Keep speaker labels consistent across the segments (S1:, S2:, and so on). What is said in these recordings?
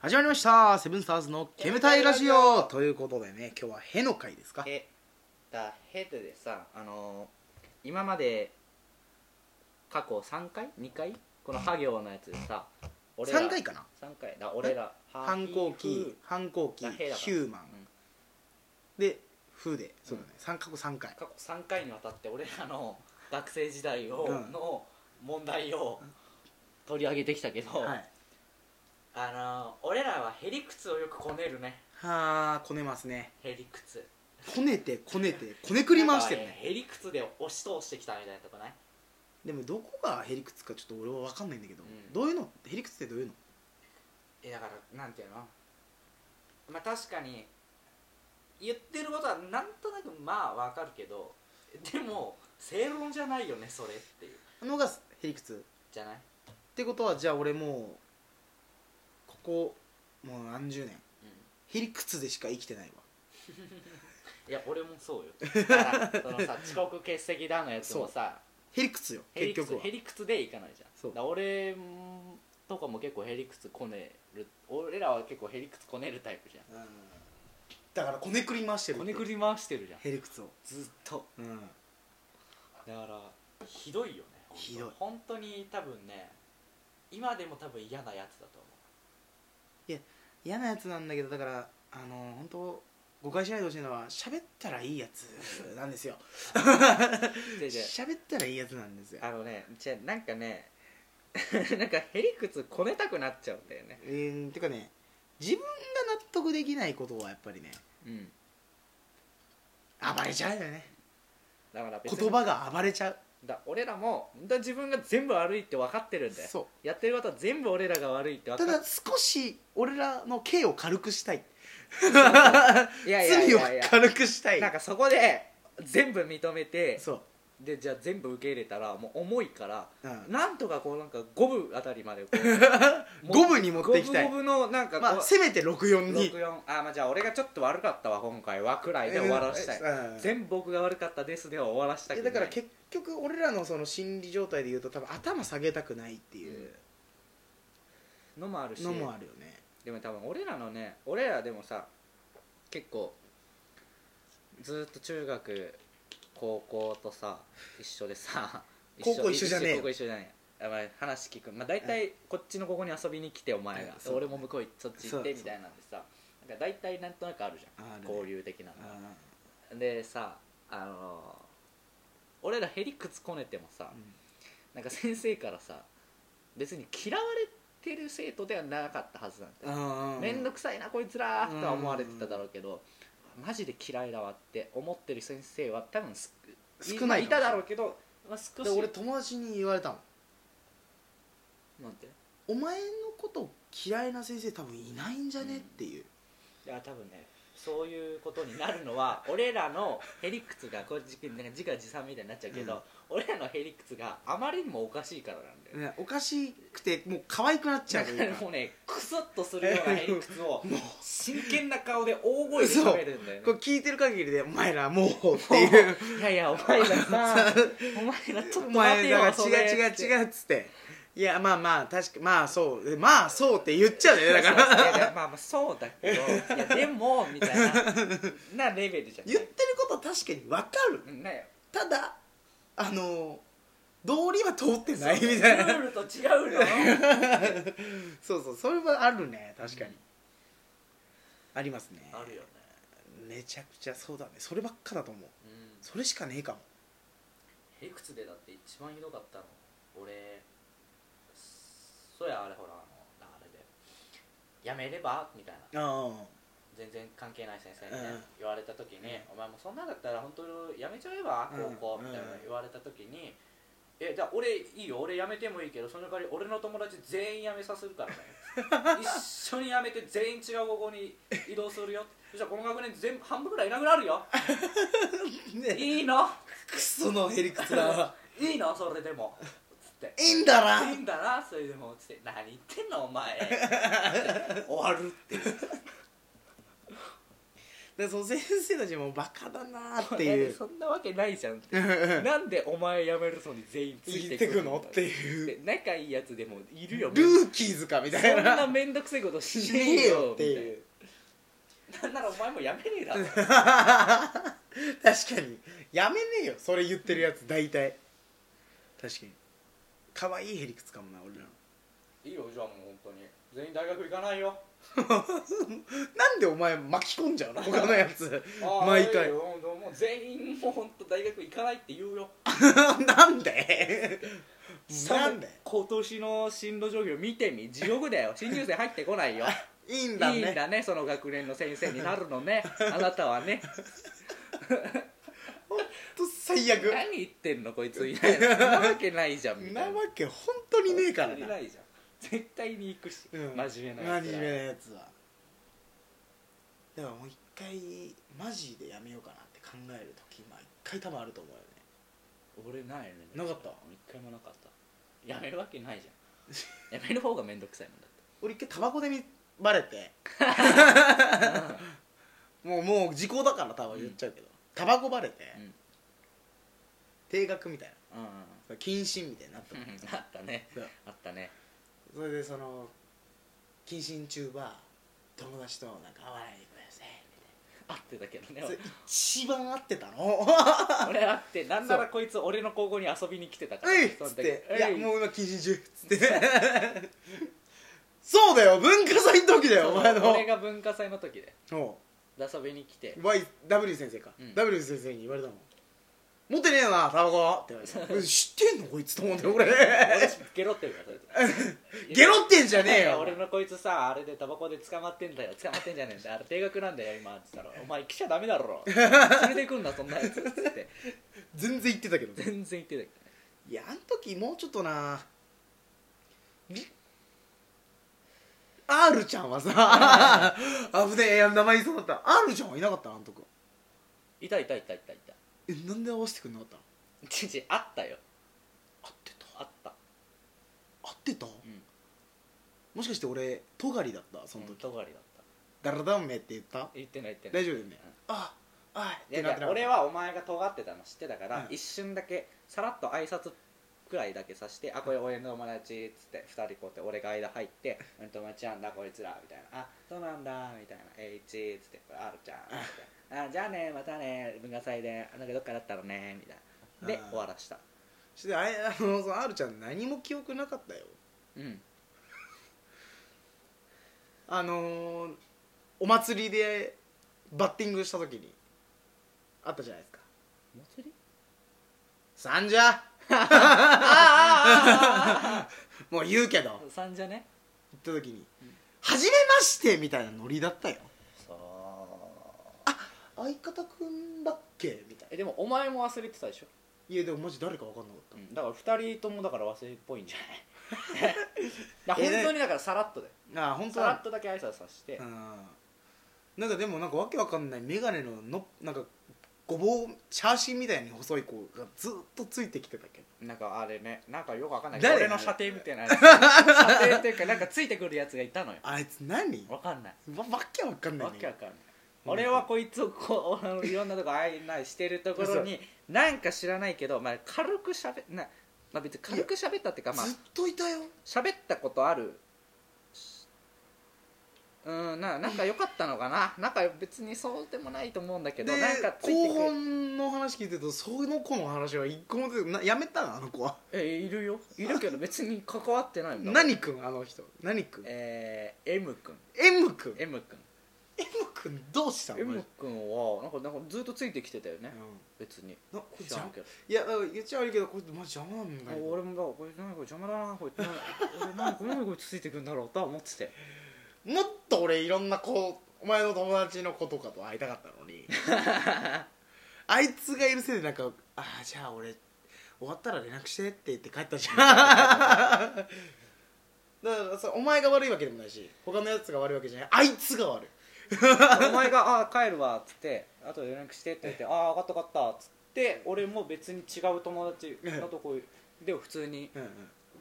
S1: 始まりましたセブンスターズの煙たいラジオということでね今日はへの回ですか
S2: えだヘッドでさあのー今まで過去3回2回このハ行のやつでさ俺ら
S1: 3回かな
S2: 三回だ俺ら
S1: 反抗期反抗期
S2: だへだから
S1: ヒューマン
S2: うん
S1: で風でそうだね三角三回
S2: 過去3回にわたって俺らの学生時代を、
S1: うん
S2: の問題を取り上げてきたけど、
S1: はい
S2: あのー俺らはへりくつをよくこねるね
S1: はあこねますね
S2: へりくつ
S1: こねてこねてこねくり回してるね
S2: へりくつで押し通してきたみたいなとこない
S1: でもどこがへりくつかちょっと俺は分かんないんだけど
S2: うん
S1: どういうのへりくつってどういうの
S2: えだからなんていうのまあ確かに言ってることはなんとなくまあわかるけどでも正論じゃないよねそれっていう
S1: のがへりくつ
S2: じゃない
S1: ってことはじゃあ俺もうここもう何十年
S2: うん
S1: へりくつでしか生きてないわ
S2: いや俺もそう よだからそのさ遅刻欠席だのやつもさ
S1: へりくつよ
S2: へ
S1: 結
S2: りく
S1: 局
S2: つ
S1: は
S2: へりくつでいかないじゃん
S1: そう
S2: だから俺とかも結構へりくつこねる俺らは結構へりくつこねるタイプじゃん
S1: うんだからこねくり回してる
S2: こねくり回してるじゃん
S1: ヘリクツを
S2: ずっと
S1: うん
S2: だからひどいよね本当
S1: ひどい
S2: 本当に多分ね今でも多分嫌なやつだと思
S1: 嫌なやつなんだけどだからあの本当誤解しないでほしいのは喋ったらいいやつなんですよ
S2: う でで
S1: 喋ったらいいやつなんですよ
S2: あのねじゃあなんかね なんかへりくつこねたくなっちゃうんだよね
S1: うーんてかね自分が納得できないことはやっぱりね
S2: うん
S1: 暴れちゃうよね
S2: だから別に
S1: 言葉が暴れちゃう
S2: だ俺らもだ自分が全部悪いって分かってるんだよ
S1: そ
S2: やってることは全部俺らが悪いって
S1: う
S2: 分
S1: た
S2: かっ
S1: だ少し俺らの刑を軽くしたい
S2: いやいやい
S1: 罪を
S2: やいや
S1: 軽くしたい
S2: なんかそこで全部認めて
S1: そ
S2: でじゃあ全部受け入れたらもう重いから
S1: う、うん、
S2: なんとかこうなんか五分あたりまでこう
S1: 五分に持っていきたい
S2: 五分五分のなんかこう、
S1: まあせめて64に
S2: 64あまあじゃあ俺がちょっと悪かったわ今回はくらいで終わらしたい、
S1: うんうん
S2: 全部僕が悪かったですでは終わらした
S1: い
S2: く
S1: や
S2: ない
S1: だから結局俺らのその心理状態で言うと多分頭下げたくないっていう
S2: のもあるし
S1: のもあるよね
S2: でも多分俺らのね俺らでもさ結構ずっと中学高校とさ一緒でさ
S1: 高校一緒じゃねえよ
S2: 高校一緒じゃねえよあまあ話聞くまあ大体こっちのここに遊びに来てお前が
S1: うんそう
S2: 俺も向こう行っそっち行ってみ
S1: そう
S2: たいなんでさなんか大体なんとなくあるじゃ
S1: あ
S2: ん
S1: るね
S2: 交流的なの
S1: あ
S2: でさあの俺らへりくつこねてもさ
S1: あ
S2: なんか先生からさ別に嫌われてる生徒ではなかったはずなんだよ
S1: あ
S2: 面倒
S1: く
S2: くさいなこいつらとは思われてただろうけどマジで嫌いだわって思ってる先生は多分す
S1: 少ない
S2: いただろうけど、まあ、少
S1: で
S2: し
S1: 俺友達に言われたもん
S2: なんて
S1: お前のこと嫌いな先生多分いないんじゃねっていう
S2: いや多分ねそういうことになるの は俺らのへりくつがこれ自なんか自画自賛みたいになっちゃうけど、
S1: うん
S2: 俺らのへりくつがあまりにもおかしいからなんだよ
S1: ねおかしくてもう可愛くなっちゃ
S2: だ
S1: うと
S2: か
S1: い
S2: ら
S1: うか
S2: もうねクスッとするようなへりくつ を
S1: もう
S2: 真剣な顔で大声で喋るんだよね
S1: これ聞いてる限りでお前らもうっていう
S2: いやいやお前 らさお前らちょっ
S1: お
S2: と待て
S1: 前だ
S2: よ
S1: から
S2: そ
S1: 違う
S2: れ
S1: 違う
S2: って
S1: 違うっつっていやまあまあ確かまあそうでまあそうって言っちゃうよねだか ら
S2: いやいやまあまあそうだけどいやでもみたいななレベルじゃ
S1: 言っ
S2: な
S1: て
S2: い
S1: ること確かに分かる
S2: うんないよ
S1: ただあの道理は通ってないみたいな
S2: ルールと違う よ
S1: そうそうそれはあるね確かに、ありますね
S2: あるよね
S1: めちゃくちゃそうだねそればっかだと思う
S2: うん
S1: それしかねえかも
S2: へりくつでだって一番ひどかったの俺そうやあれほらあのあれでやめればみたいな
S1: あ
S2: 全然関係ない先生に
S1: うん
S2: ね言われた時に「お前もうそんなんだったら本当にやめちゃえば
S1: うん
S2: 高校」みたいな言われた時に「えじゃあ俺いいよ俺やめてもいいけどその代わり俺の友達全員辞めさせるからね 一緒に辞めて全員違う高校に移動するよ」そしたらこの学年全部半分ぐらいいなくなるよ
S1: あね
S2: いいの
S1: クソのへりくつだわ
S2: いいのそれでも」つっ て
S1: いいんだ
S2: いい
S1: なん
S2: だなそれでもつって「何言って んのお前」終わるって
S1: らその先生たちもバカだなーってい
S2: え
S1: う
S2: そんなわけないじゃん
S1: ル
S2: なんでお前辞めるのに全員ついてくるんだ
S1: ついてくのっていう
S2: で仲いいやつでもいるよ
S1: ーキーズかみたい
S2: そんな
S1: な
S2: 面倒くせえことし
S1: し
S2: ね
S1: ね
S2: え
S1: え
S2: よ
S1: よ
S2: っ
S1: ってて
S2: い
S1: いうう
S2: なんならお前も辞めねえだろ
S1: 確かにやめねえよそれ言ってるやつ大体確かに可愛いへりくつかもな俺ら
S2: いいよじゃあもう本当に全員大学行かないよ
S1: なんでお前巻き込んじゃう の他のやつ
S2: ああ
S1: 毎回
S2: いいよもうもう全員もう本当大学行かないって言うよ
S1: なんでなんで
S2: 今年の進路状況見てみ地獄 だよ新入生入ってこないよ
S1: いい
S2: いい
S1: ん
S2: ん
S1: だね
S2: だねその学年の先生になるのねあなたは ね
S1: ほんと最悪
S2: 何言ってんのこいついないななわけないじゃんみ
S1: な
S2: た
S1: わ
S2: いな
S1: け本当にねえから
S2: い
S1: な
S2: ないじゃん絶対に行くし、
S1: うん
S2: 真面目なやつ
S1: 真面目
S2: ら
S1: なやつはだからもう一回マジでやめようかなって考える時まあ一回多分あると思うよね
S2: 俺ないね
S1: なかった
S2: 一回もなかったやめるわけないじ ゃんやめる方がめんどくさいもんだっ
S1: 俺一回タバコで見バレて もうもう時効だから多分言っちゃうけど、タバコバレて、
S2: うん
S1: 定額みたい
S2: てうんうん
S1: な謹慎みたいになったの、
S2: うんあったね
S1: そう
S2: あったね
S1: それでその謹慎中は友達となんか会わないでください
S2: 合ってたけどね
S1: みたいなそれ一番合ってたの
S2: 俺会ってなんならこいつ俺の高校に遊びに来てたから
S1: ういっ
S2: その
S1: つっ
S2: 時
S1: て「
S2: う
S1: いや
S2: い
S1: もう今謹慎中」っつって そうだよ文化祭の時だよお前
S2: そう俺
S1: の
S2: が文化祭の時で
S1: お
S2: 遊びに来て
S1: う Y W 先生か、
S2: うん
S1: W 先生に言われたもん「持ってねえよなタバコ」って言われて うん「知ってんのこいつ」と思って俺
S2: 俺ゲロってるからそれ
S1: ゲロってんじゃねえ
S2: いや
S1: よ
S2: 俺のこいつさあれでタバコで捕まってんだよ捕まってんじゃねえんだよあれ定額なんだよ今っつったら「お前来ちゃダメ だろ連れてくんなそんなやつ」っつって
S1: 全然言ってたけど
S2: 全然言って
S1: いやあの時もうちょっとなり R ちゃんはさ危ねえいや名前言いそうだった R ちゃんはいなかったなあの時
S2: たけどいたいたいたいたいた
S1: えなんで合わせてくんなかったの
S2: ちちあったよ
S1: 合ってた
S2: あった
S1: 合ってた、
S2: ん
S1: もしかして俺トガリだったその時、
S2: とがりだった
S1: ダラダンメって言った
S2: 言ってない言ってな
S1: 大
S2: い
S1: 丈夫だよね、ああ
S2: いやいや俺はお前が尖ってたの知ってたから、
S1: うん
S2: 一瞬だけさらっと挨拶くらいだけさして「あこれ俺の友達」っつって2人こうやって俺が間入って「俺の友達なんだこいつら」みたいな「あそうなんだ」みたいな「えいち」っつって「これあるちゃん」みたいな「あじゃあねまたね文化祭でなんかどっかだったらね」みたいなで
S1: あー
S2: 終わらした
S1: そしてあれあのその R ちゃん何も記憶なかったよ
S2: うん
S1: あのーお祭りでバッティングした時にあったじゃないですか
S2: 祭り
S1: サンジャ
S2: あ
S1: もう言うけど
S2: あ3じゃね
S1: 行った時に「はじめまして」みたいなノリだったよ
S2: そう
S1: 相方くんだっけみたいな
S2: えでもお前も忘れてたでしょ、
S1: いやでもマジ誰か分かんなかった
S2: うん、だから2人ともだから忘れっぽいんじゃないだ から
S1: え
S2: 本当にだからさらっとで
S1: ああ本当
S2: さら
S1: だ
S2: っとだけ挨拶させて、
S1: うんなんかでもなんかわけわかんない眼鏡ののなんかごぼうシャーシーみたいに細い子がずっとついてきてたけど
S2: なんかあれねなんかよくわかんない
S1: 誰
S2: 俺の射程みたい なやつ射程っていうかなんかついてくるやつがいたのよ
S1: あいつ何わ
S2: わかんない
S1: わけわかんない
S2: わ
S1: ね
S2: けわかんない俺はこいつをこうあのいろんなとこ会いないしてるところになんか知らないけど、まあ、軽くしゃべな、まあ、別に軽くしゃべったっていうかまあ
S1: ずっといたよ
S2: 喋ったことあるしうんななんか良かったのかななんか別にそうでもないと思うんだけ
S1: で
S2: どなんかついて
S1: 後
S2: くる
S1: 半の話聞いてるとその子の話は一個も出てなやめたのあの子は
S2: えいるよいるけど別に関わってないもんだ
S1: 何くんあの人何くん
S2: えー、M 君
S1: M くん
S2: M 君
S1: M くんどうしたのマ
S2: M
S1: ジ
S2: 君はなんかなんかずっとついてきてたよね、
S1: うん
S2: 別に
S1: なこれ
S2: 知ら
S1: 邪
S2: ん
S1: 魔
S2: けど
S1: いやだから言っちゃ悪いけどこれマジ邪魔なんだけど
S2: 俺もだこれ何これ邪魔だなこい つ俺何これ何こいつついてくんだろうとは思ってて
S1: もっと俺いろんな子お前の友達の子とかと会いたかったのに あいつがいるせいでなんか「ああじゃあ俺終わったら連絡して」って言って帰 ったじゃんだからさお前が悪いわけでもないし他のやつが悪いわけじゃないあいつが悪い
S2: お前が「あー帰るわ」っつって「あとで連絡して」って言って「ああ分かった分かった」っつって俺も別に違う友達のとこで普通に
S1: うんうん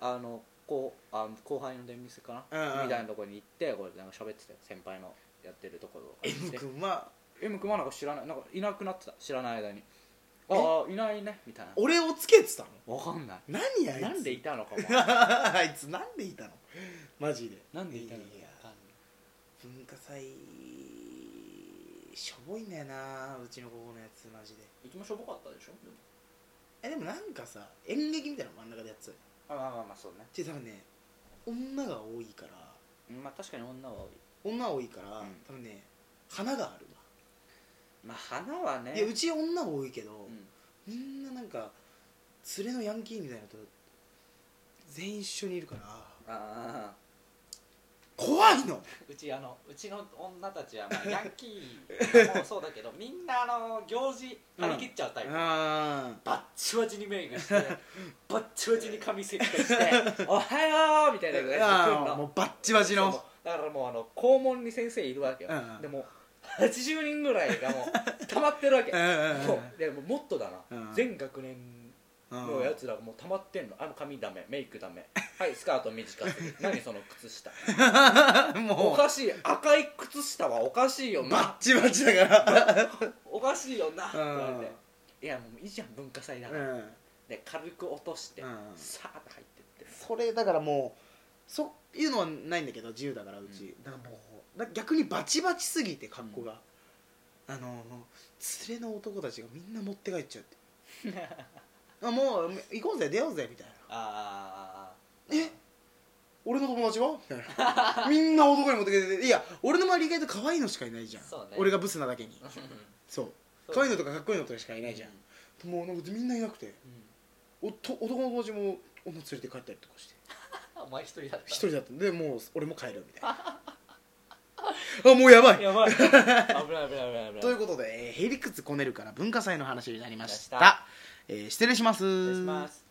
S2: あのこうあの後輩の出店かな、
S1: うんうん
S2: みたいなとこに行ってこれなんか喋ってたよ先輩のやってるところとか行って
S1: M 君は
S2: M 君はなんか知らないなんかいなくなってた知らない間にああいないねみたいな
S1: 俺をつけてたの
S2: わかんない
S1: 何あいつ
S2: なんでいたのかも
S1: あいつなんでいたのマジで
S2: なんでいたのか
S1: や
S2: わかんない
S1: 文化祭しょぼいんだよなうちの高校のやつマジで
S2: うちもしょぼかったでしょでも
S1: えでもなんかさ演劇みたいなの真ん中でやってたよ
S2: あまあまあまあそうね
S1: で多分ね女が多いから
S2: うんまあ確かに女は多い
S1: 女が多いから、
S2: うん
S1: 多分ね花がある
S2: まあ花は
S1: わ
S2: ね
S1: いやうち女多いけど、
S2: うん
S1: みんななんか連れのヤンキーみたいなのと全員一緒にいるから
S2: ああ
S1: 怖いの
S2: うちあのうちの女たちは、 まあ、ヤンキーもそうだけどみんなあの行事張り切っちゃうタイプ、
S1: あ
S2: バッチバチにメイ クしてバッチバチに髪切開して「 おはよう!」みたいなぐらいで来る
S1: あ
S2: の
S1: もうバッチバチの
S2: そうだからもうあの校門に先生いるわけよ、
S1: うんうん
S2: でも80人ぐらいがもう溜まってるわけ、
S1: うんうんうん
S2: そうでももっとだな、
S1: うん
S2: 全学年のやつらがもう溜まってんのあもう髪ダメメイク ダメはいスカート短すぎ何その靴下
S1: うん
S2: お
S1: も
S2: かしい赤い靴下はおかしいよ
S1: う
S2: な
S1: バッチバチだから
S2: おかしいよなって言われ
S1: う
S2: て「いやもういいじゃん文化祭だ
S1: う
S2: から」
S1: ん
S2: で軽く落として、
S1: うん
S2: さーっと入ってって
S1: それだからもうそういうのはないんだけど自由だからうち、だからもうだ逆にバチバチすぎて格好が、あの連れの男たちがみんな持って帰っちゃってあもう行こうぜ出ようぜみたいな
S2: ああ
S1: え俺の友達はみたいなみんな男に持って帰ってていや俺の周り意外と可愛いのしかいないじゃん、
S2: そうね
S1: 俺がブスなだけにそう可愛いの
S2: と
S1: とかかっこいいのとかしかいないじゃん、もうなんかみんないなくておと男の友達も女連れて帰ったりとかして
S2: お前一人だった
S1: 一人だったんでもう俺も帰るみたい なあもうやばい
S2: や ばい危ない危ない危ない危ない
S1: ということで、えー、ヘリクツこねるから文化祭の話になりました
S2: でした
S1: えー失礼します
S2: 失礼します